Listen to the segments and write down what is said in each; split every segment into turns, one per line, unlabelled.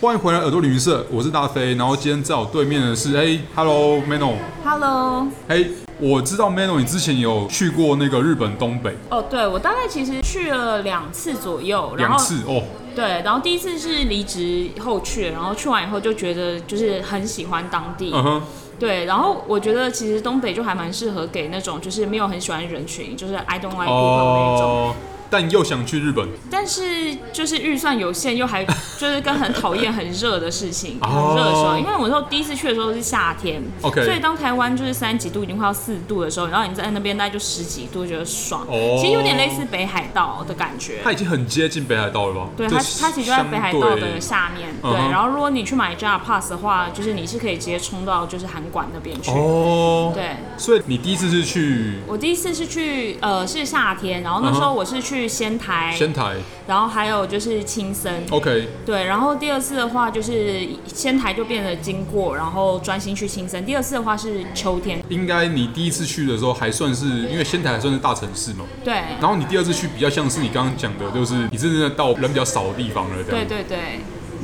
欢迎回来耳朵旅行社，我是大飞。然后今天在我对面的是，哎，Hello Mano，
Hello，
哎，我知道 Mano 你之前有去过那个日本东北
哦，对我大概其实去了两次左右，然
两
后
次哦，
对，然后第一次是离职后去，然后去完以后就觉得就是很喜欢当地，
嗯哼，
对，然后我觉得其实东北就还蛮适合给那种就是没有很喜欢人群，就是 I don't like people 那种，
哦，但又想去日本
但是就是预算有限，又还 就是跟很讨厌很热的事情，
哦
很热的时候，因为我那时候第一次去的时候是夏天
OK
所以当台湾就是三十几度已经快要四度的时候，然后你在那边大概就十几度，觉得爽
哦
其实有点类似北海道的感觉。
它已经很接近北海道了吧？
对
就
它，它其实就在北海道
相对
的下面。
嗯
对，
哼
然后如果你去买 JR Pass 的话，就是你是可以直接冲到就是函馆那边去。
哦，
对，
所以你第一次是去
我第一次是去呃是夏天，然后那
嗯
时候
哼
我是去仙台，
仙台
然后还有就是青森。
，OK，
对，然后第二次的话就是仙台就变得经过，然后专心去青森。第二次的话是秋天，
应该你第一次去的时候还算是，因为仙台还算是大城市嘛。
对，
然后你第二次去比较像是你刚刚讲的，就是你真正的到人比较少的地方了，这
对
样。
对对，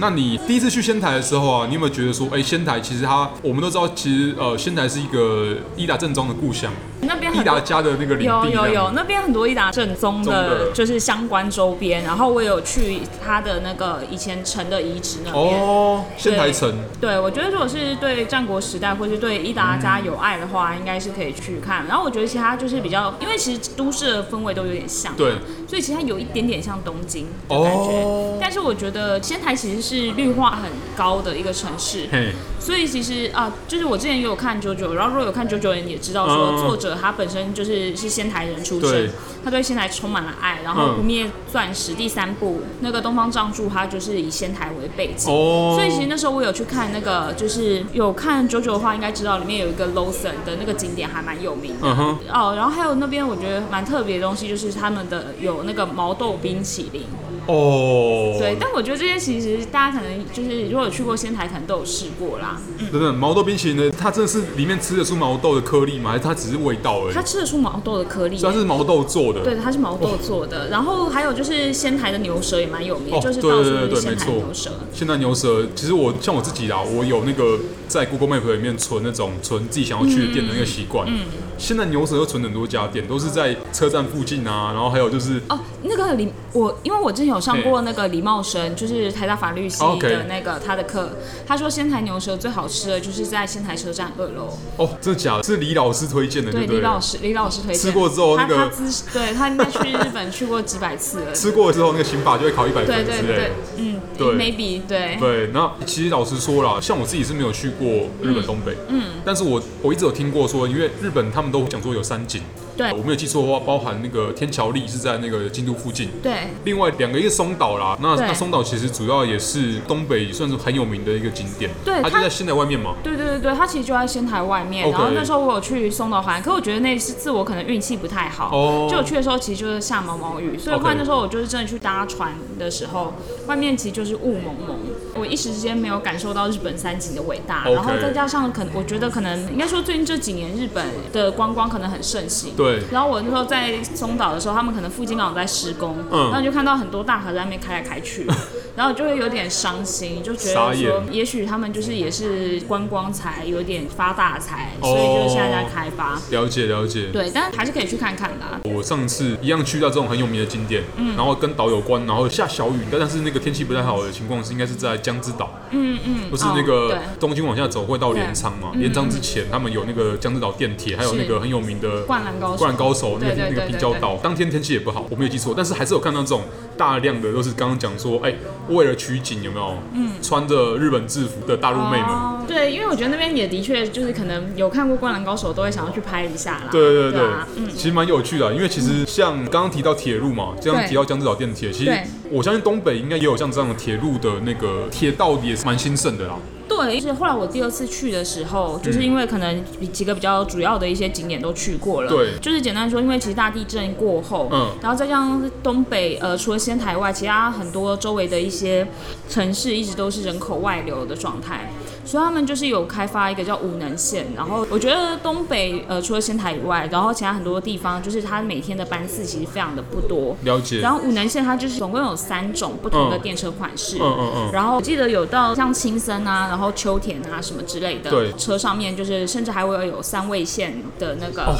那你第一次去仙台的时候啊，你有没有觉得说，哎，仙台其实它，我们都知道，其实呃，仙台是一个伊达正宗的故乡，
那边
伊
很
达
多。
家的那个领
有
地这
有有，
样。
那边很多伊达正宗
宗的
的，就是相关周边。然后我有去他的那个以前城的遗址那边。
哦，仙台
对
城，
对，我觉得如果是对战国时代或是对伊达家有爱的话，应该是可以去看。然后我觉得其他就是比较，因为其实都市的氛围都有点像，
对，
所以其实它有一点点像东京的感觉。
哦，
但是我觉得仙台其实是绿化很高的一个城 市，
嘿，
所以其实啊，就是我之前也有看九九，然后如果有看九九人也知道
嗯
说，作者他本身就是是仙台人出
对
身，他对仙台充满了爱。然后
嗯
《不灭钻石》第三部那个东方仗助，他就是以仙台为背景。
哦，
所以其实那时候我有去看那个，就是有看九九的话，应该知道里面有一个 Lawson 的那个景点还蛮有名的。
嗯哼，
哦，然后还有那边我觉得蛮特别的东西，就是他们的有那个毛豆冰淇淋。
哦，
对，但我觉得这些其实大家可能就是如果有去过仙台，可能都有试过啦。
等等，毛豆冰淇淋呢？它真的是里面吃得出毛豆的颗粒吗？还是它只是味道而已
它？吃得出毛豆的颗粒
虽，然是啊哦毛豆做的，
对，它是毛豆做的。然后还有就是仙台的牛舌也蛮有名，
哦
就是
对
到处
对对
都
对
是仙
没
台
错
牛舌。
现在牛舌，其实我像我自己啦，我有那个在 Google Map 里面存那种存自己想要去的店的那个习惯。
嗯
现在牛舌又存很多家店，都是在车站附近啊，然后还有就是
哦，那个李我，因为我之前有上过那个李茂生，就是台大法律系
哦 OK
的那个他的课，他说仙台牛舌最好吃的就是在仙台车站二楼，
哦，真的假的？是李老师推荐的，对
对
不对
李老
了？
师李老师推荐，
吃过之后
他
那个
他资对他应该去日本去过几百次 了，
吃过之后，那个刑法就会考一百
对
分
对
之类
对
的。，
嗯
对
，maybe 对，
对，那其实老实说啦，像我自己是没有去过日本东北，嗯，但是我我一直有听过说，因为日本他们都讲说有三景，
对
我没有记错的话，包含那个天桥立是在那个京都附近，
对
另外两个一个松岛啦，那
对
那松岛其实主要也是东北算是很有名的一个景点，
对
它就
它
在仙台外面嘛。
对对对对，它其实就在仙台外面。
OK
然后那时候我有去松岛环，可我觉得那一次我可能运气不太好。
哦
就我去的时候其实就是下毛毛雨，所以
OK
话那时候我就是真的去搭船的时候，外面其实就是雾蒙蒙，我一时之间没有感受到日本三景的伟大。
OK
然后再加上可能我觉得可能应该说最近这几年日本的观光可能很盛行。
对
然后我那时候在松岛的时候，他们可能附近港在施工，
嗯
然后就看到很多大河在那边开来开 去，然后就会有点伤心，就觉
傻
得
眼
说也许他们就是也是观光财有点发大财，
哦
所以就是现在在开发。
了解了解，
对，但还是可以去看看的啊、
我上次一样去到这种很有名的景点，
嗯
然后跟岛有关，然后下小雨，但但是那个天气不太好的情况是应该是在江之岛，
嗯嗯，
不是
哦
那个
对
东京往下走会到镰仓嘛？镰仓之前他们有那个江之岛电铁，还有那个很有名的
灌篮高手
灌篮高手那个
对对
那个
对
平
对
交
对
道，当天天气也不好，我没有记错，但是还是有看到这种大量的都是刚刚讲说，哎，为了取景有没有？穿着日本制服的大陆妹们。
嗯哦对，因为我觉得那边也的确就是可能有看过《灌篮高手》，都会想要去拍一下啦。
对对对
对啊，嗯，
其实蛮有趣的啊，因为其实像刚刚提到铁路嘛，这样提到江之岛电铁，其实
对
我相信东北应该也有像这样的铁路的那个铁道也是蛮兴盛的啦。
对，就是后来我第二次去的时候，
嗯
就是因为可能几个比较主要的一些景点都去过了。
对
就是简单说，因为其实大地震过后，
嗯
然后再加上东北，呃，除了仙台外，其他很多周围的一些城市一直都是人口外流的状态，所以他们就是有开发一个叫无能线。然后我觉得东北呃除了仙台以外，然后其他很多地方就是它每天的班次其实非常的不多。
了解。
然后五能线它就是总共有三种不同的
嗯
电车款式，
嗯嗯嗯
然后我记得有到像青森啊，然后秋田啊什么之类的，
对
车上面就是甚至还会有三味线的那个，
哦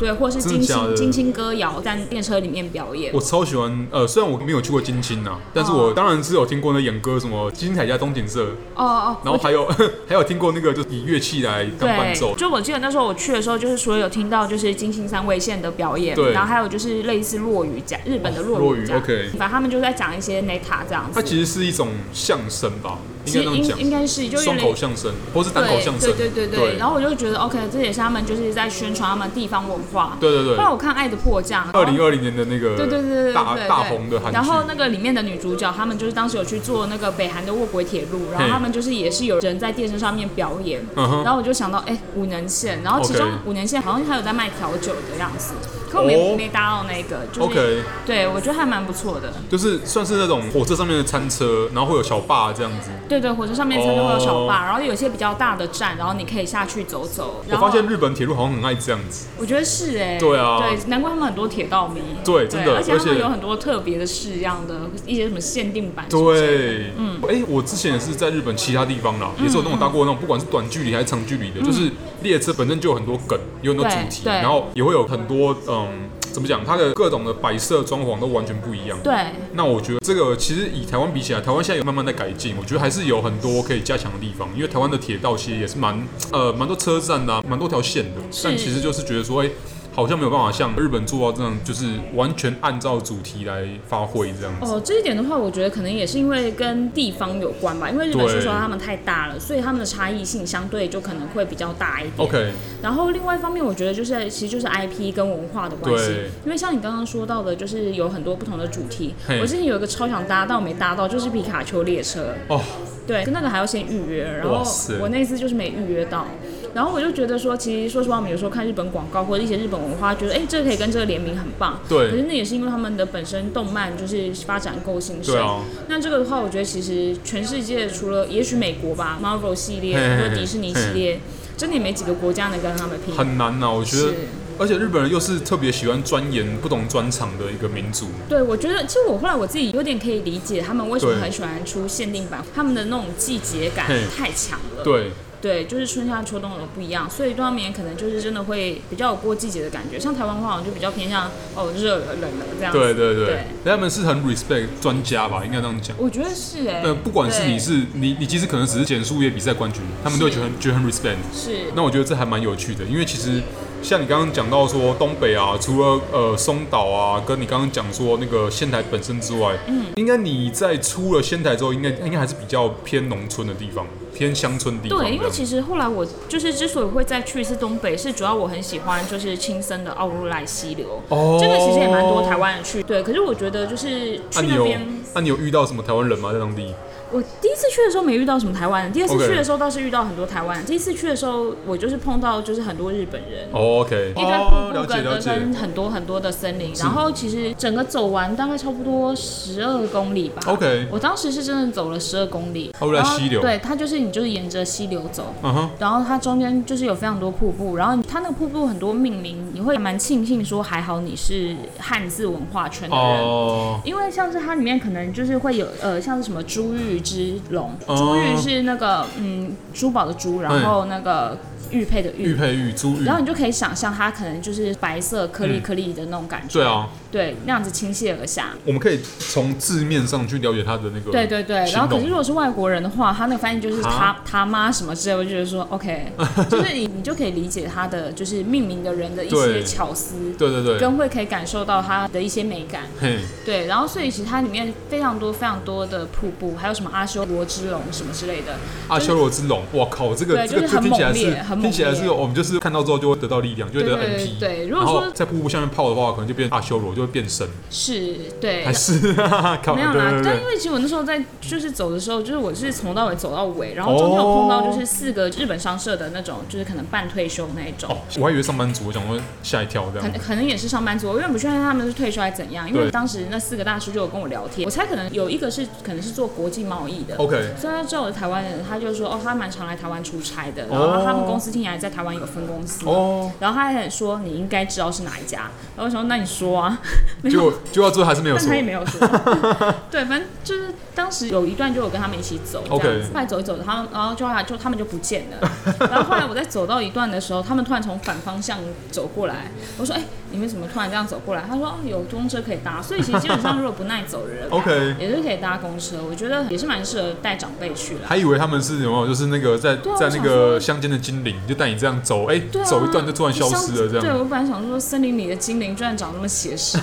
对，或是
真的
金
假
星
的
金星歌谣在电车里面表演。
我超喜欢，呃，虽然我没有去过金青呐、但是我当然是有听过那演歌，什么金彩加东景社，
哦哦，
然后还有 还有听过那个就是以乐器来当伴奏
对，，就我记得那时候我去的时候，就是除了有听到就是金星三味线的表演，
对哦
然后还有就是类似落语家，日本的
落
落
语
语家，
，OK
反正他们就在讲一些 neta 这样
它
子。
其实是一种相声吧，应
其
该
实
这样
应
讲，
应该是就有
双
点
口相声或是单口
对
相声
对，对对对，
对
然后我就觉得 OK，这也是他们就是在宣传他们地方文化。
对对对
后来我看《爱的迫降》，
二零二零年的那个
对对对对
大
对对
大红的韩
然后
剧，
那个里面的女主角，她们就是当时有去做那个北韩的卧轨铁路，然后
嘿
她们就是也是有人在电车上面表演，
嗯哼
然后我就想到，哎，五能线，然后其
OK
中五能线好像还有在卖调酒的样子，可我没、
哦
没搭到那个，就是
OK
对我觉得还蛮不错的，
就是算是那种火车上面的餐车，然后会有小坝这样子。
对对，火车上面真的会有小
哦
坝，然后有一些比较大的站，然后你可以下去走走，
我
然后
发现日本铁路好像很爱这样子，
我觉得是哎、
对啊
对，难怪他们很多铁道迷，
对真的
而且他
而
们
且
有很多特别的式样的一些什么限定版，，
对，嗯，哎，我之前也是在日本其他地方啦，也是有那种搭过那种，不管是短距离还是长距离的，就是列车本身就有很多梗，有很多主题，
对对
然后也会有很多嗯，怎么讲，它的各种的摆设装潢都完全不一样。
对，
那我觉得这个其实以台湾比起来，台湾现在有慢慢在改进，我觉得还是有很多可以加强的地方。因为台湾的铁道其实也是蛮呃蛮多车站的、啊，蛮多条线的，但其实就是觉得说，哎、好像没有办法像日本做到这样，就是完全按照主题来发挥这样子。
哦，这一点的话，我觉得可能也是因为跟地方有关吧，因为日本
对
说实话他们太大了，所以他们的差异性相对就可能会比较大一点。
OK，
然后另外一方面，我觉得就是其实就是 IP 跟文化的关系
对，
因为像你刚刚说到的，就是有很多不同的主题
嘿。
我之前有一个超想搭，但我没搭到，就是皮卡丘列车。
哦，
对，那个还要先预约，然
哇
后
塞
我那次就是没预约到。然后我就觉得说，其实说实话，我们有时候看日本广告或者一些日本文化，觉得哎、这个可以跟这个联名很棒。
对
可是那也是因为他们的本身动漫就是发展够兴盛。
对啊
那这个的话，我觉得其实全世界除了也许美国吧，Marvel 系列
嘿嘿嘿
或者迪士尼系列，真的也没几个国家能跟他们拼。
很难呐、啊我觉得
是。
而且日本人又是特别喜欢钻研不同专长的一个民族，
对，我觉得其实我后来我自己有点可以理解他们为什么
对
很喜欢出限定版，他们的那种季节感
嘿
太强了。
对，
对，就是春夏秋冬有不一样，所以对他们也可能就是真的会比较有过季节的感觉。像台湾的话，好像就比较偏向哦热了冷了这样子。
对对对，
对
他们是很 respect 专家吧，应该这样讲。
我觉得是哎、
呃，不管是
对
你是你你其实可能只是简述业比赛冠军，他们都会觉得很觉得很 respect。
是
那我觉得这还蛮有趣的，因为其实像你刚刚讲到说东北啊，除了呃松岛啊，跟你刚刚讲说那个仙台本身之外，嗯，应该你在出了仙台之后，应该应该还是比较偏农村的地方，偏乡村地方这样。
对，因为其实后来我就是之所以会再去一次东北，是主要我很喜欢就是青森的奥入濑溪流，
哦
这个其实也蛮多台湾人去。对，可是我觉得就是
那啊
去
你
那
有
边，嗯
那你有遇到什么台湾人吗？在当地？
我第一次去的时候没遇到什么台湾人，第二次
OK
去的时候倒是遇到很多台湾人，第一次去的时候我就是碰到就是很多日本人。
哦，OK，
一段
哦，
瀑
了
布
解
跟
了解，
跟很多很多的森林，然后其实整个走完大概差不多十二公里吧。
OK
我当时是真的走了十二公里，
后来
然后
溪流
对，它就是你就是沿着溪流走。
嗯哼，
然后它中间就是有非常多瀑布，然后它那个瀑布很多命名，你会蛮庆幸说还好你是汉字文化圈的人，
哦，
因为像是它里面可能就是会有呃，像是什么珠玉之龙，
哦
珠玉是那个嗯珠宝的珠，然后那个玉佩的
玉佩玉珠玉
然，后你就可以想象它可能就是白色颗粒颗粒的那种感觉，
嗯对啊，
对，那样子倾泻而下。
我们可以从字面上去了解它的那个，
对对对，
形容
然后可是如果是外国人的话，他那个翻译就是他
啊
他妈什么之类，我就觉得说 OK，就是你你就可以理解他的就是命名的人的一
对
些巧思，
对对对，
跟会可以感受到它的一些美感。
嘿，
对，然后所以其实它里面非常多非常多的瀑布，还有什么阿修罗之龙什么之类的，
阿修罗之龙，哇靠，这个
对
这个
就是
这
很
听起来是
猛烈很猛
听起来是哦
烈
我们就是看到之后就会得到力量，就会得到
对
NP。
对对如
然
果
后
说
在瀑布下面泡的话，可能就变阿修罗，就会变神，
是对
还。是 靠
没有
对
啦
对，
但
对
因为其实我那时候在就是走的时候，就是我是从到尾走到尾，然后中间有碰到就是四个日本商社的那种，就是可能半退休那一种，
哦，我还以为上班族，我想说吓一跳这
可
样
能。可能也是上班族，我因为我不确定他们是退休还是怎样。因为
对
当时那四个大叔就有跟我聊天，我猜可能有一个是可能是做国际贸易的。
OK，
所以他知道我是台湾人，他就说哦，他蛮常来台湾出差的，然后他们
哦
公司听起来在台湾有分公司。
哦，
然后他还说你应该知道是哪一家，然后我说那你说啊，
结果结果最后还是没有
但
说
他。也没有说。 对，反正就是当时有一段就有跟他们一起走这
OK
样子，后来走一走，他们然后就后来就他们就不见了。然后后来我在走到一段的时候，他们突然从反方向走过来，我说哎、你们怎么突然这样走过来？他说哦有公车可以搭，所以其实基本上如果不耐走的人 啊
OK，
也是可以搭公车，我觉得也是蛮适合带长辈去啦。
还以为他们是有没有就是那个在
对啊
在
我
那
想
个
说
乡间的精灵，就带你这样走，哎
对啊，，
走一段就突然消失了这
对
样。
我本来想说，森林里的精灵居然长那么写实，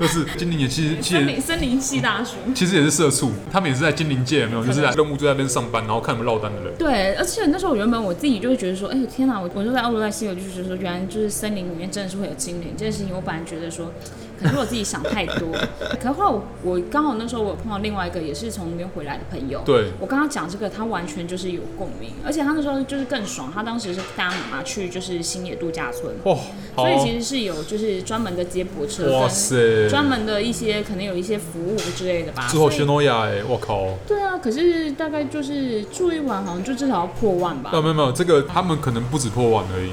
就是精灵也其实其
森
实
林森林系大叔。
其实也是社畜，他们也是在精灵界有没有？就是
可
在
能
任务就在那边上班，然后看你们落单的人。
对，而且那时候我原本我自己就会觉得说，哎呦天哪！我我就在奥罗在西，我就觉得说，原来就是森林里面真的是会有精灵这件事情，我本来觉得说，可能是我自己想太 多。可是后来我我刚好那时候我有碰到另外一个也是从那边回来的朋友，
对
我刚刚讲这个，他完全就是有共鸣，而且他那时候就是更爽，他当时是带他妈妈去就是新野度假村，
哦，好
所以其实是有就是专门的接驳车
哇
跟
塞，
专门的一些可能有一些服务之类的吧。
之后
所以
轩诺亚哎，我靠！
对啊，可是大概就是住一晚，好像就至少要破万吧。
啊，没有没有，这个他们可能不止破万而已。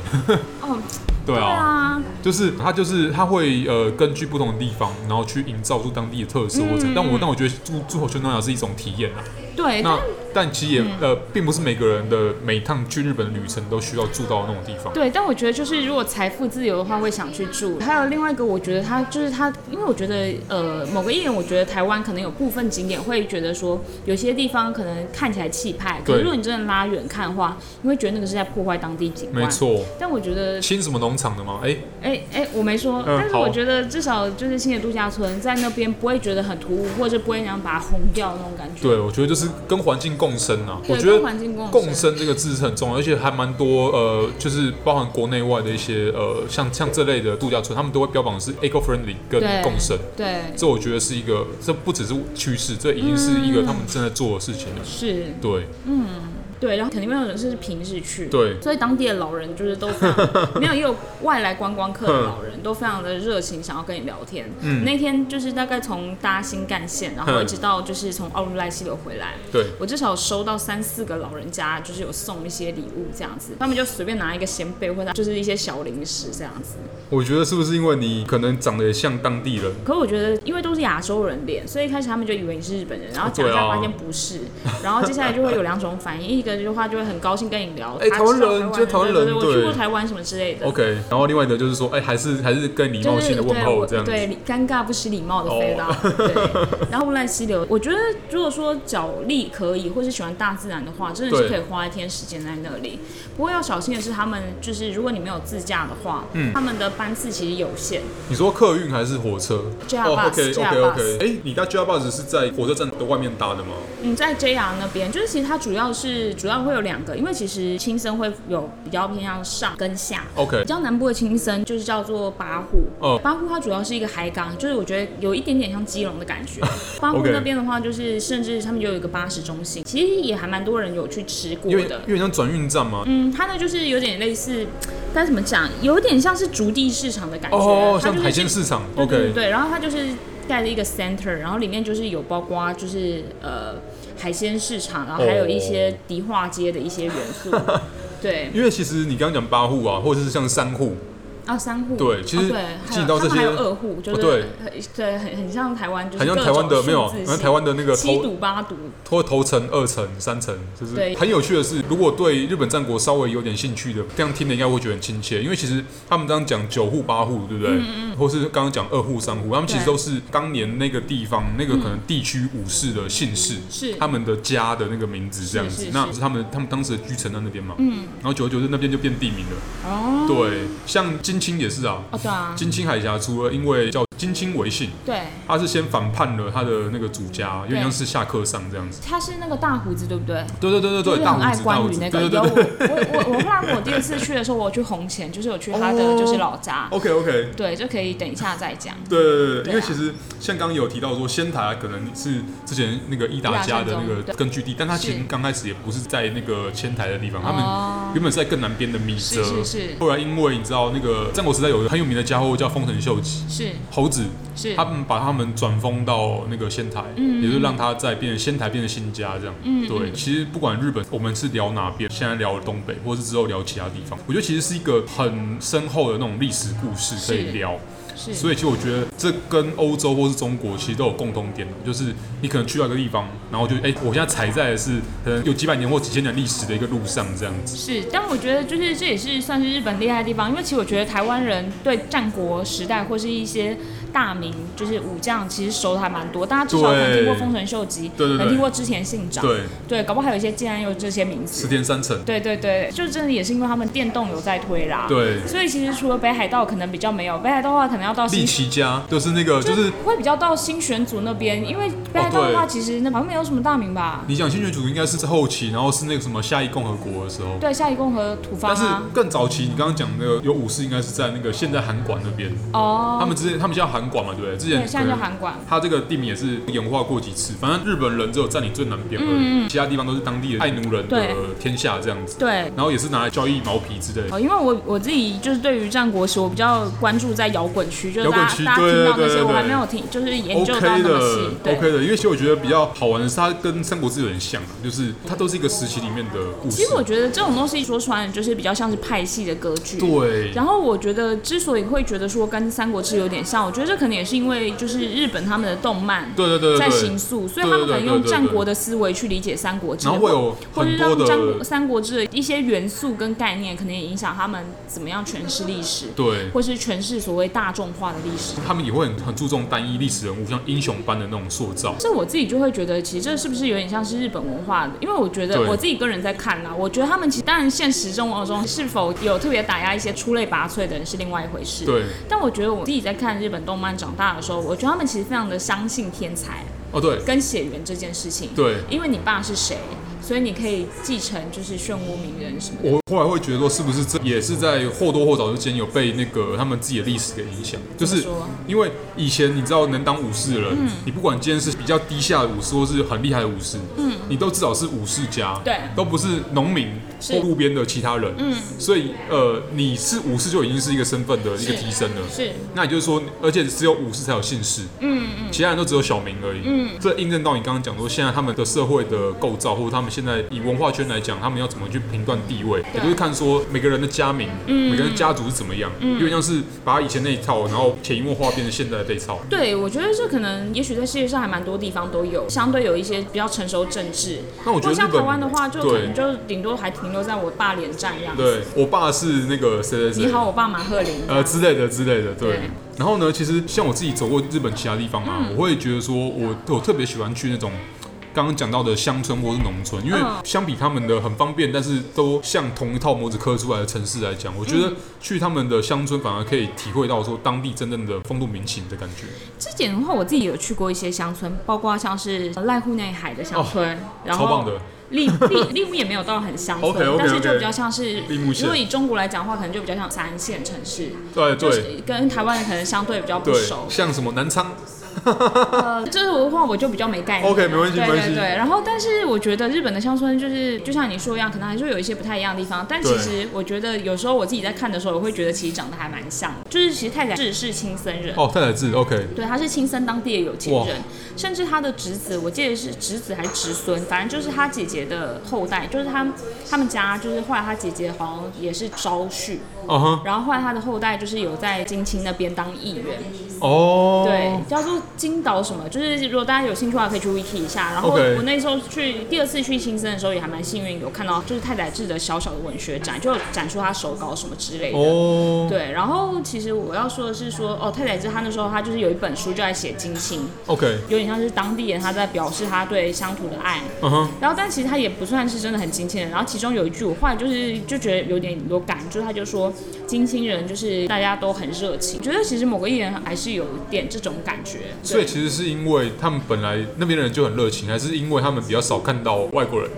哦，
对
对
啊，
啊，
就是他就是他会呃根据不同的地方，然后去营造出当地的特色或
嗯
者。但我但我觉得住住火圈东亚是一种体验啊。
对，
那
但
但其实也呃，并不是每个人的每趟去日本的旅程都需要住到那种地方。
对，但我觉得就是如果财富自由的话，会想去住。还有另外一个，我觉得他就是他，因为我觉得呃，某个艺人，我觉得台湾可能有部分景点会觉得说，有些地方可能看起来气派，可
对
是如果你真的拉远看的话，你会觉得那个是在破坏当地景观。
没。错，
但我觉得，
新什么农场的吗？哎，
哎哎，我没说，
嗯
但是
好
我觉得至少就是新野度假村在那边不会觉得很突兀，或者不会想把它轰掉那种感觉。
对，我觉得就是跟环境共生啊。
对，
我觉得
跟环境共
共生这个字是很重要，而且还蛮多呃，就是包含国内外的一些呃，像像这类的度假村，他们都会标榜是 eco friendly 跟
对
共生。
对，
这我觉得是一个，这不只是趋势，这已经是一
嗯
个他们正在做的事情了。
是。
对
对，然后肯定没有人是平日去，
对
所以当地的老人就是都非常 没有，也有外来观光客的老人都非常的热情，想要跟你聊天。嗯，那天就是大概从搭新干线，然后一直到就是从奥入赖溪流回来，
对，
我至少收到三四个老人家，就是有送一些礼物这样子，他们就随便拿一个鲜贝或者就是一些小零食这样子。
我觉得是不是因为你可能长得也像当地人？
可我觉得，因为都是亚洲人脸，所以一开始他们就以为你是日本人，然后讲一
对
下
啊
发现不 是，然后接下来就会有两种反应，一个的话就会很高兴跟你聊，
哎
他
台湾
知道
人就是台湾人
对对对我去
对
过台湾什么之类的。
OK，然后另外一个就是说，哎，还是还是跟礼
就
貌
是
性的问候
我
这样子。哦
对，尴尬不失礼貌的飞刀。 对，然后无赖溪流，我觉得如果说脚力可以，或是喜欢大自然的话，真的是
对
可以花一天时间在那里。不过要小心的是，他们就是如果你没有自驾的话，
嗯
他们的班次其实有限。
你说客运还是火车
JR
？OK
bus，
OK
JR
OK。哎，你搭 JR bus 是在火车站的外面搭的吗？
嗯，在 JR 那边，就是其实它主要是主要会有两个，因为其实轻生会有比较偏向上跟下。
OK
比较南部的轻生就是叫做八户，
哦
八户它主要是一个海港，就是我觉得有一点点像基隆的感觉。八户
OK
那边的话，就是甚至他们就有一个巴士中心，其实也还蛮多人有去吃过
因为
的。
因为像转运站嘛。
嗯，它呢就是有点类似，该怎么讲，有点像是竹地市场的感觉，
哦，
它
像
就是
海
去
鲜市场。
对对
OK
对，然后它就是盖了一个 center，然后里面就是有包括就是呃海鲜市场，然后还有一
哦
些迪化街的一些元 素。对，
因为其实你刚刚讲八户啊，或者是像三户，
啊三户。
对其实
哦、对，还
进
有
到
他
这
们还有
些
二户，就是、
哦对
很对，很很像台湾，就是
很像台湾
各
的
种
没有，
数字
很像
系
台湾的那个
七
偷
赌八赌，
或头层、二层、三层，就是
对
很有趣的是，如果对日本战国稍微有点兴趣的，这样听的应该会觉得很亲切，因为其实他们刚刚讲九户、八户，对不对？嗯嗯或是刚刚讲二户、三户，他们其实
对
都是当年那个地方那个可能地区武士的姓氏，
是
他们的家的那个名字这样
是
子
是。
那
是
是他们他们当时的居城在那边嘛，嗯，然后久而久之那边就变地名了。
哦
对，像金青也是啊，
哦对啊，
呃金青海峡除了因为叫金清为信，
对，
他是先反叛了他的那个主家，有点像是下课上这样子。
他是那个大胡子，对不对？
对对对对
就
对，
是
大
很
胡
爱
子大
关
胡
羽
子，
那
对
个。
对
有
对
我
对。
我我我 后来我第二次去的时候，我有去红前，就是有去他
哦
的就是老家，
OK OK，
对，就可以等一下再讲。
对对对，
对
因
啊
为其实像刚刚有提到说，仙台啊可能是之前那个伊达家的那
伊达正
个
宗
根据地，但他其实
是
刚开始也不是在那个仙台的地方，他们
哦，
原本是在更南边的米
是
泽。
是是
后来因为你知道那个战国时代有一个很有名的家伙叫丰臣秀吉，
是
猴子，
是
他，们把他们转封到那个仙台，也就是让他在变成仙台变成新家这样。
嗯
对，其实不管日本，我们是聊哪边，现在聊东北，或是之后聊其他地方，我觉得其实是一个很深厚的那种历史故事可以
是
聊。
是，
所以其实我觉得这跟欧洲或是中国其实都有共通点，就是你可能去到一个地方，然后就哎、我现在踩在的是可能有几百年或几千年历史的一个路上这样子。
是，但我觉得就是这也是算是日本厉害的地方，因为其实我觉得台湾人对战国时代或是一些大名，就是武将，其实熟的还蛮多，大家至少可能听过
对
丰臣秀吉，
对对
能
对
听过织田信长，
对，
对，搞不好还有一些竟然有这些名
石
字。
田三成，
对对对，就真的也是因为他们电动有在推啦。。
对，
所以其实除了北海道可能比较没有，北海道的话可能要到
利
新
奇家就是那个就是哦
会比较到新选组那边，因为北海道的话其实那好像没有什么大名吧。
你讲新选组应该是后期，然后是那个什么夏邑共和国的时候。
对，夏夷共和土方
但是
啊。
更早期，你刚刚讲那个有武士，应该是在那个现在韩馆那边。
哦。
他们之前他们叫韩馆嘛，对不对？之
对，
前
现在
可
就
能
韩馆。
它这个地名也是演化过几次，反正日本人只有占领最南边而已，其他地方都是当地的爱奴人的
嗯对
天下这样子。
对，
然后也是拿来交易毛皮之类的。
哦，因为我我自己就是对于战国史，我比较关注在摇滚区，就是
摇滚
大
区
家大家听
对
到那
对
些，
对
我还
对
没有听，就是研
OK
究到那么
的
细。对
，OK 的，因为其实我觉得比较好玩的是，它跟《三国志》有点像啊，就是它都是一个时期里面的故
其
事
实。我觉得这种东西说穿了就是比较像是派系的歌剧。
对，
然后我觉得，之所以会觉得说跟《三国志》有点像，我觉得这可能也是因为就是日本他们的动漫
对对对
在
对
行
对。
塑，所以他们可能用战国的思维去理解《三国志》，
然后会有
或者
很多
让战国
的
《三国志》的一些元素跟概念，可能也影响他们怎么样诠释历史，
对，
或是诠释所谓大众化的历史。
他们也会很很注重单一历史人物，像英雄般的那种塑造。
这我自己就会觉得，其实这是不是有点像是日本文化的？因为我觉得
对
我自己个人在看啦，我觉得他们其实当然现实生活中是否有特别打压一些出类拔萃的人是另外一回事。
对，
但我觉得我自己在看日本动漫长大的时候，我觉得他们其实非常的相信天才
哦对
跟血缘这件事情。，
对，
因为你爸是谁，所以你可以继承就是漩涡鸣人什么的。
我后来会觉得说，是不是这也是在或多或少之间有被那个他们自己的历史给影响？就
怎么
是
说嗯
因为以前你知道能当武士的人，你不管今天是比较低下的武士，或是很厉害的武士，嗯，你都至少是武士家，
对
都不是农民
是
或路边的其他人，嗯，所以呃，你是武士就已经是一个身份的一个
是
提升了。
是
那也就是说，而且只有武士才有姓氏，嗯嗯，其他人都只有小名而已，嗯，这印证到你刚刚讲说，现在他们的社会的构造，或者他们现在以文化圈来讲，他们要怎么去评断地位，也就是看说每个人的家名，嗯，每个人的家族是怎么样，嗯，有点像是把以前那一套，然后潜移默化变成现在的这一套，
对，我觉得这可能也许在世界上还蛮多地方都有，相对有一些比较成熟政治。
那我觉得
如果像
日本
台湾的话，就可
对
能就顶多还停留在我爸连战这样子。
对我爸是那个谁谁谁，
你好，我爸马赫林。
呃之类的之类的，对。
对嗯
然后呢，其实像我自己走过日本其他地方啊，我会觉得说我我特别喜欢去那种。刚刚讲到的乡村或是农村，因为
嗯
相比他们的很方便，但是都像同一套模子刻出来的城市来
嗯
讲，我觉得去他们的乡村反而可以体会到说当地真正的风土民情的感觉。
之前的话，我自己有去过一些乡村，包括像是呃濑户内海的乡村，然
哦超棒
后
的，
立立立木也没有到很乡 村
OK，OK，OK
但是就比较像是
立木县
如果以中国来讲的话，可能就比较像三线城市，
对
就
对
是跟台湾人可能相对比较不
对
熟，。
像什么南昌，
呃，这个的话我就比较没概念。
OK，没关系
对
没关系
对对。然后，但是我觉得日本的乡村就是，就像你说一样，可能还是会有一些不太一样的地方。但其
对
实我觉得有时候我自己在看的时候，我会觉得其实长得还蛮像的，就是其实太宰治是亲生人。
哦，太宰治，OK，
对，他是亲生当地的有钱
哇
人，甚至他的侄子，我记得是侄子还是侄孙，反正就是他姐姐的后代，就是他他们家，就是后来他姐姐好像也是招婿，
啊哈，
然后后来他的后代就是有在金青那边当议员，
哦，
对，叫做金岛什么，就是如果大家有兴趣的话，可以去 wiki 一下。然后
OK
我那时候去第二次去新生的时候，也还蛮幸运，有看到就是太宰治的小小的文学展，就有展出他手稿什么之类的。
哦，
对，然后其实我要说的是说，哦，太宰治他那时候他就是有一本书就在写金青，
，OK，
有点像是当地人他在表示他对乡土的爱。
嗯哼，
然后，但其实他也不算是真的很亲切的。然后其中有一句，我后来就是就觉得有点有感，就是他就说，金星人就是大家都很热情，觉得其实某个艺人还是有一点这种感觉。对
所以其实是因为他们本来那边的人就很热情，还是因为他们比较少看到外国人？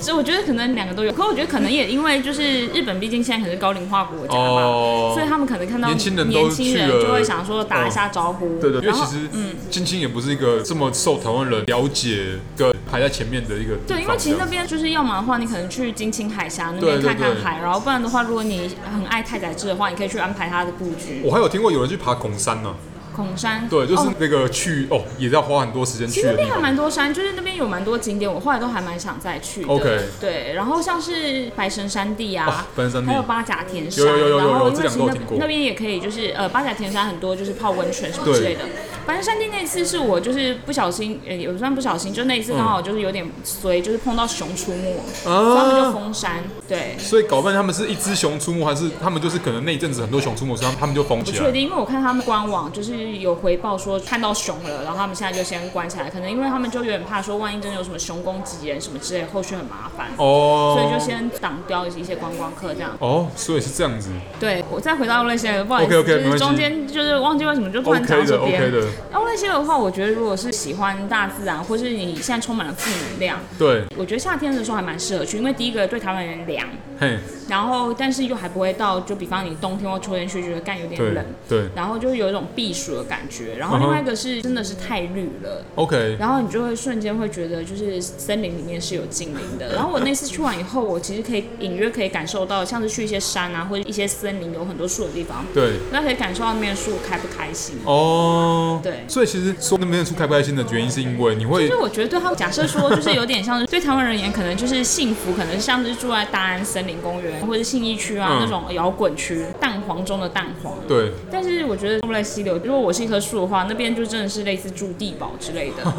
所以我觉得可能两个都有，可我觉得可能也因为就是日本，毕竟现在可是高龄化国家嘛，
哦
所以他们可能看到
年轻人都
年轻人
去了哦
就会想说打一下招呼。
对对，因为
然
其
后
实
嗯。
金星也不是一个这么受台湾人了解跟排在前面的一个地方
对，因为其实
这
那
样
边就是要么的话，你可能去金青海峡那
对
边
对
看看
对
海，然后不然的话，如果你很爱太宰治的话，你可以去安排他的布局。
我还有听过有人去爬孔山呢、
孔山，
对，就是
哦
那个去哦，也要花很多时间
其
去
实那
的地
边还
方。
蛮多山，就是那边有蛮多景点，我后来都还蛮想再去的。
OK
对，然后像是白神山地啊
哦，白神山地
还有八甲田山，啊
有有有有有
然后因
这
为
两
其
个我
实
听
那
过
那边也可以，就是呃八甲田山很多就是泡温泉什么
对
之类的。白神山地那一次是我就是不小心，呃，也不算不小心，就那
嗯
一次刚好就是有点衰，就是碰到熊出没，
啊
所以他们就封山。对，
所以搞半天他们是一只熊出没，还是他们就是可能那一阵子很多熊出没，所以他们他们就封
不
起
确
来。
定，因为我看他们官网就是有回报说看到熊了，然后他们现在就先关起来，可能因为他们就有点怕说万一真的有什么熊攻击人什么之类，后续很麻烦。
哦，
所以就先挡掉一些观光客这样。
哦，所以是这样子。
对我再回到欧乐西，不好意思
OK，OK，没关
就是
系
中间就是忘记为什么就突然
OK
讲
的
这边。
，OK 的，
欧乐西的话，我觉得如果是喜欢大自然，或是你现在充满了负能量，
对，
我觉得夏天的时候还蛮适合去，因为第一个对台湾人凉，
嘿，
然后但是又还不会到，就比方你冬天或秋天去，觉得干有点
对
冷。
对
然后就有一种避暑的感觉，然后
嗯哼
另外一个是真的是太绿了，
，OK，
然后你就会瞬间会觉得，就是森林里面是有精灵的。然后我那次去完以后，我其实可以隐约可以感受到，像是去一些山啊，或者一些森林有很多树的地方，
对。
那可以感受到那边的树开不开心。
哦，
对
所以其实说那边的树开不开心的原因，是因为你
就
会
是我觉得对他们，假设说，就是有点像是对台湾人而言，可能就是幸福，可能像是住在大安森林公园或者信义区啊、
嗯
那种摇滚区，蛋黄中的蛋黄。
对
但是我觉得布莱溪流，如果我是一棵树的话，那边就真的是类似住地堡之 类的，就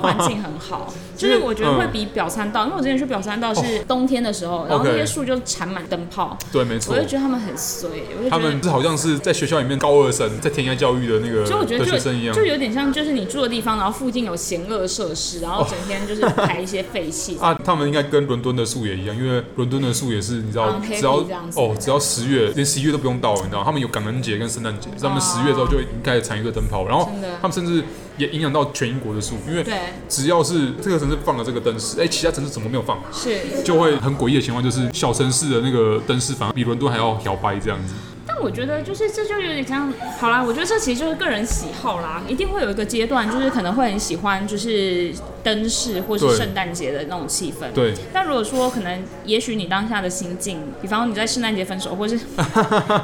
环境很好。就是我觉得会比表参道，因为我之前去表参道
哦
是冬天的时候，然后那些树就缠满灯泡，
对，没错
我就。觉得他们很衰，我就
他
觉得
们。是好像是在学校里面高二生，在填鸭教育的那个
所以我觉得
的学生一
就
样
就。有点像，就是你住的地方，然后附近有险恶设施，然后
哦
整天就是排一些 废气。
啊，他们应该跟伦敦的树也一样，因为伦敦的树也是你知道，
嗯黑
只要
皮这样子
哦，只要十月，连十一月都不用到了，你知道，他们有感恩节跟圣诞节，他们十月的时候就已经开始产一个灯泡，然后
啊真的
他们甚至也影响到全英国的树，因为
对，
只要是这个城市放了这个灯饰，哎，其他城市怎么没有放？
是。
就会很诡异的情况，就是小城市的那个灯饰反而比伦敦还要摇摆这样子。
但我觉得就是这就有点像，好啦，我觉得这其实就是个人喜好啦，一定会有一个阶段，就是可能会很喜欢就是灯饰或是
对
圣诞节的那种气氛。
对，
但如果说可能，也许你当下的心境，比方你在圣诞节分手，或是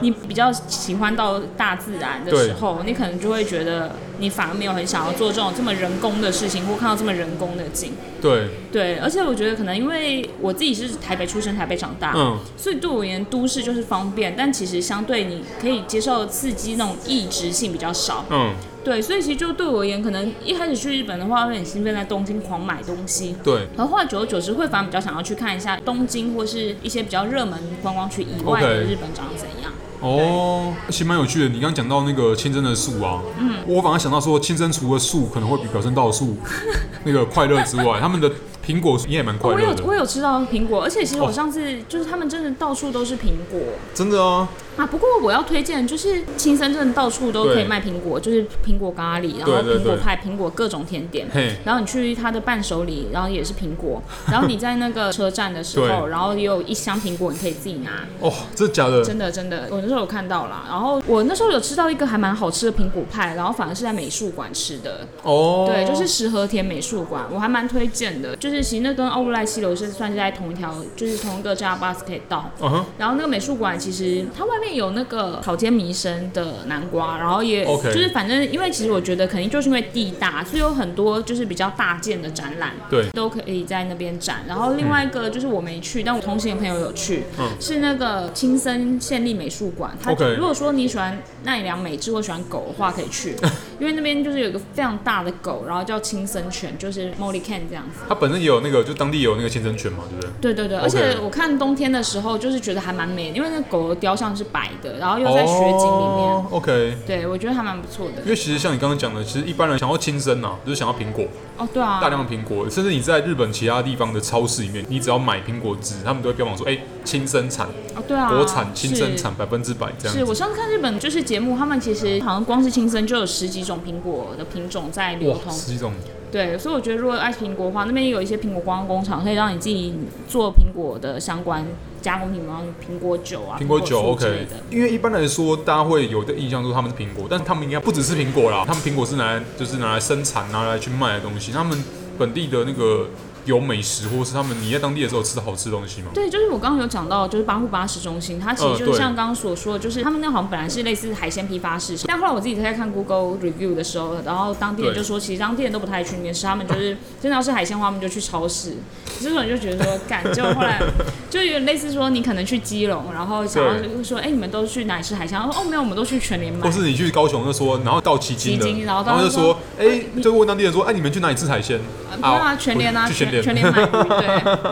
你比较喜欢到大自然的时候，你可能就会觉得你反而没有很想要做这种这么人工的事情，或看到这么人工的景。
对，
对，而且我觉得可能因为我自己是台北出生、台北长大，
嗯，
所以对我而言，都市就是方便，但其实相对你可以接受刺激那种异质性比较少。
嗯，
对，所以其实就对我而言，可能一开始去日本的话，会很兴奋，在东京狂买东西。
对
然后后来久而久之，会反而比较想要去看一下东京或是一些比较热门观光区以外
OK
的日本长怎样。
哦，其实蛮有趣的。你刚刚讲到那个清真的树啊，嗯，我反而想到说，清真除了树可能会比表参道的 树那个快乐之外，他们的苹果树也蛮快
哦我有
乐的，
我有吃到苹果，而且其实我
哦
上次就是他们真的到处都是苹果。
真的啊，
啊，不过我要推荐就是青森镇到处都可以
对
卖苹果，就是苹果咖喱，然
对
后
对
苹果
对
派、苹果各种甜点。
嘿，
然后你去它的伴手礼，然后也是苹 果。然后你在那个车站的时候，
对
然后也有一箱苹果，你可以自己拿。
哦，真的假的？
真的真的，我那时候有看到啦。然后我那时候有吃到一个还蛮好吃的苹果派，然后反而是在美术馆吃的。
哦，
对，就是石河田美术馆，我还蛮推荐的。就是其实那跟奥布赖西楼是算是在同一条，就是同一个 JR bus 可以到。
嗯哼，
然后那个美术馆其实它外面有那个烤煎迷生的南瓜，然后也
OK
就是反正因为其实我觉得肯定就是因为地大，所以有很多就是比较大件的展览。
对，
都可以在那边展，然后另外一个就是我没去，但我同行的朋友有去，
嗯
是那个青森县立美术馆。它
OK
如果说你喜欢奈良美智或喜欢狗的话，可以去，因为那边就是有一个非常大的狗，然后叫青森犬，就是 Molly Can 这样子。
它本身也有那个，就当地也有那个签证权嘛，对不对？
对对对，而
OK
且我看冬天的时候，就是觉得还蛮美的，因为那狗的雕像是白的，然后又在雪景里面，
哦、OK，
对我觉得还蛮不错的
因。为其实像你刚刚讲的，其实一般人想要亲生啊，就是想要苹果，
哦，对啊，
大量的苹果，甚至你在日本其他地方的超市里面，你只要买苹果汁，他们都会标榜说，哎、亲生产，
哦对啊，
国产亲生
是
产百分之百这样
是
子。
我上次看日本就是节目，他们其实好像光是青森就有十几种苹果的品种在流
哇，
通。
是一种
对，所以我觉得如果爱吃苹果的话，那边有一些苹果观光工厂，可以让你自己做苹果的相关加工品，然后苹果酒啊、
苹果酒
醋之类
OK
的。。
因为一般来说，大家会有的印象说他们是苹果，但他们应该不只是苹果啦，他们苹果是拿来就是拿来生产、啊拿来去卖的东西。他们本地的那个有美食，或是他们你在当地的时候吃的好吃的东西吗？
对，就是我刚刚有讲到，就是八户巴士中心，它其
呃
实就是
对
像刚刚所说的，就是他们那好像本来是类似海鲜批发市场，但后来我自己在看 Google review 的时候，然后当地人
对
就说，其实当地人都不太去面试，他们就是真的要是海鲜的话，他们就去超市。这种就觉得说，干，就后来就有点类似说，你可能去基隆，然后想要说，哎、你们都去哪里吃海鲜？然后哦，没有，我们都去全联买
或。是你去高雄就说，然后到旗津了
旗津，然后
然后就说，哎、
你
就问当地人说，哎、你们去哪里吃海鲜？
啊没有啊，全联啊，
去全
全
联
全联买鱼， 对。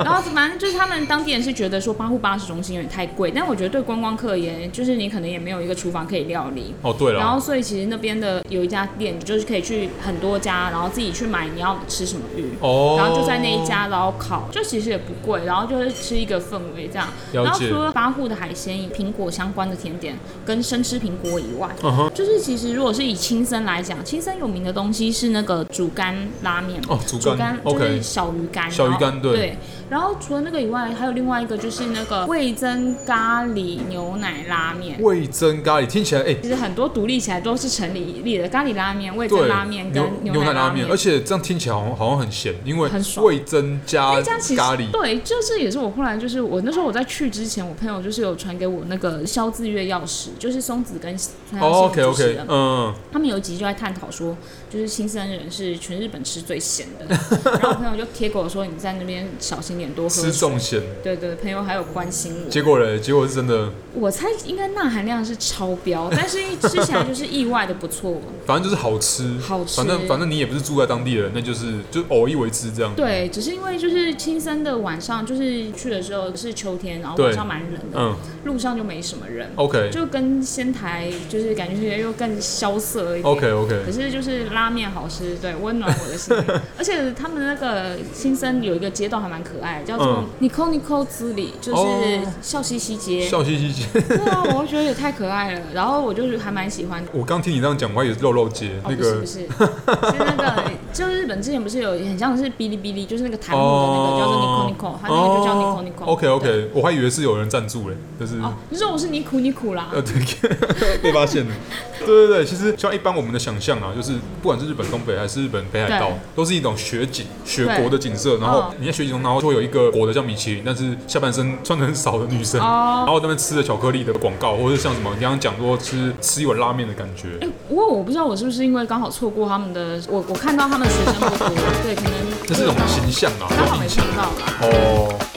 然后反正就是他们当地人是觉得说八户八十中心有点太贵，但我觉得对观光客而言，就是你可能也没有一个厨房可以料理。
哦，对
然
了
后，，所以其实那边的有一家店，你就是可以去很多家，然后自己去买你要吃什么鱼，
哦，
然后就在那一，家，然后烤，就其实也不贵，然后就是吃一个氛围这样。然
了
后
解
除，了八户的海鲜、以苹果相关的甜点跟生吃苹果以外，
嗯哼，
就是其实如果是以青森来讲，青森有名的东西是那个煮干拉面。
哦，竹
煮
竿
干就
o
是
k
小鱼干，
小鱼干
然后
对
然后除了那个以外，还有另外一个就是那个味增咖喱牛奶拉面。
味增咖喱听起来，哎、
其实很多独立起来都是成立立的咖喱拉面、味增
对，
拉面跟
牛
牛
奶
拉
面，而且这样听起来好像好像很咸，因为
很爽
味增加
那家其实
咖喱，
对，就是也是我后来就是我那时候我在去之前，我朋友就是有传给我那个肖自月钥匙，就是松子跟川上
哦，OK
幸子主持
OK，
人
嗯，
他们有一集就在探讨说，就是新生人是全日本吃最咸 的。然后我朋友就贴给我说，你在那边小心点，多喝
吃
水。
重咸，
对对，朋友还有关心我，
结果嘞，结果是真的，
我猜应该钠含量是超 标，但是一吃起来就是意外的不错，
反正就是好吃，
好吃。
反正反正你也不是住在当地人，那就是就偶一为之这样，
对，只是因为就是青森的晚上，就是去的时候是秋天，然后
对
晚上蛮冷的，
嗯
路上就没什么人，
，OK
就跟仙台就是感觉又更萧瑟一点。
OK OK，
可是就是拉面好吃，对，温暖我的心灵。而且他们那个新生有一个街道还蛮可爱，叫做
嗯
Nico Nico 之里，就是
哦
笑嘻嘻街。
笑嘻嘻 街，
对啊，我觉得也太可爱了。然后我就是还蛮喜欢。
我刚听你这样讲，我也是肉肉街
哦，
那
不是
个
不是，是那个，就日本之前不是有很像是哔哩哔哩，就是那个弹幕的那个叫
哦
做 Nico Nico，它那个就叫 Nico Nico。
OK OK，我还以为是有人赞助嘞，就是
哦，你说我是尼苦尼苦啦，
呃，对， 被发现了。对对对，其实像一般我们的想象啊，就是不管是日本东北还是日本北海道
对，
都是一种雪景、雪国的景色。然后
嗯
你在雪景中，然后就会有一个裹得像米其林，但是下半身穿的很少的女生，
哦
然后在那边吃着巧克力的广告，或者像什么你刚刚讲说吃吃一碗拉面的感觉。
哎、不过我不知道我是不是因为刚好错过他们的，我我看到他们学生不多，对，可能
这是一种形象啊，
刚好
一种
没
印
碰
象
到啦。
哦。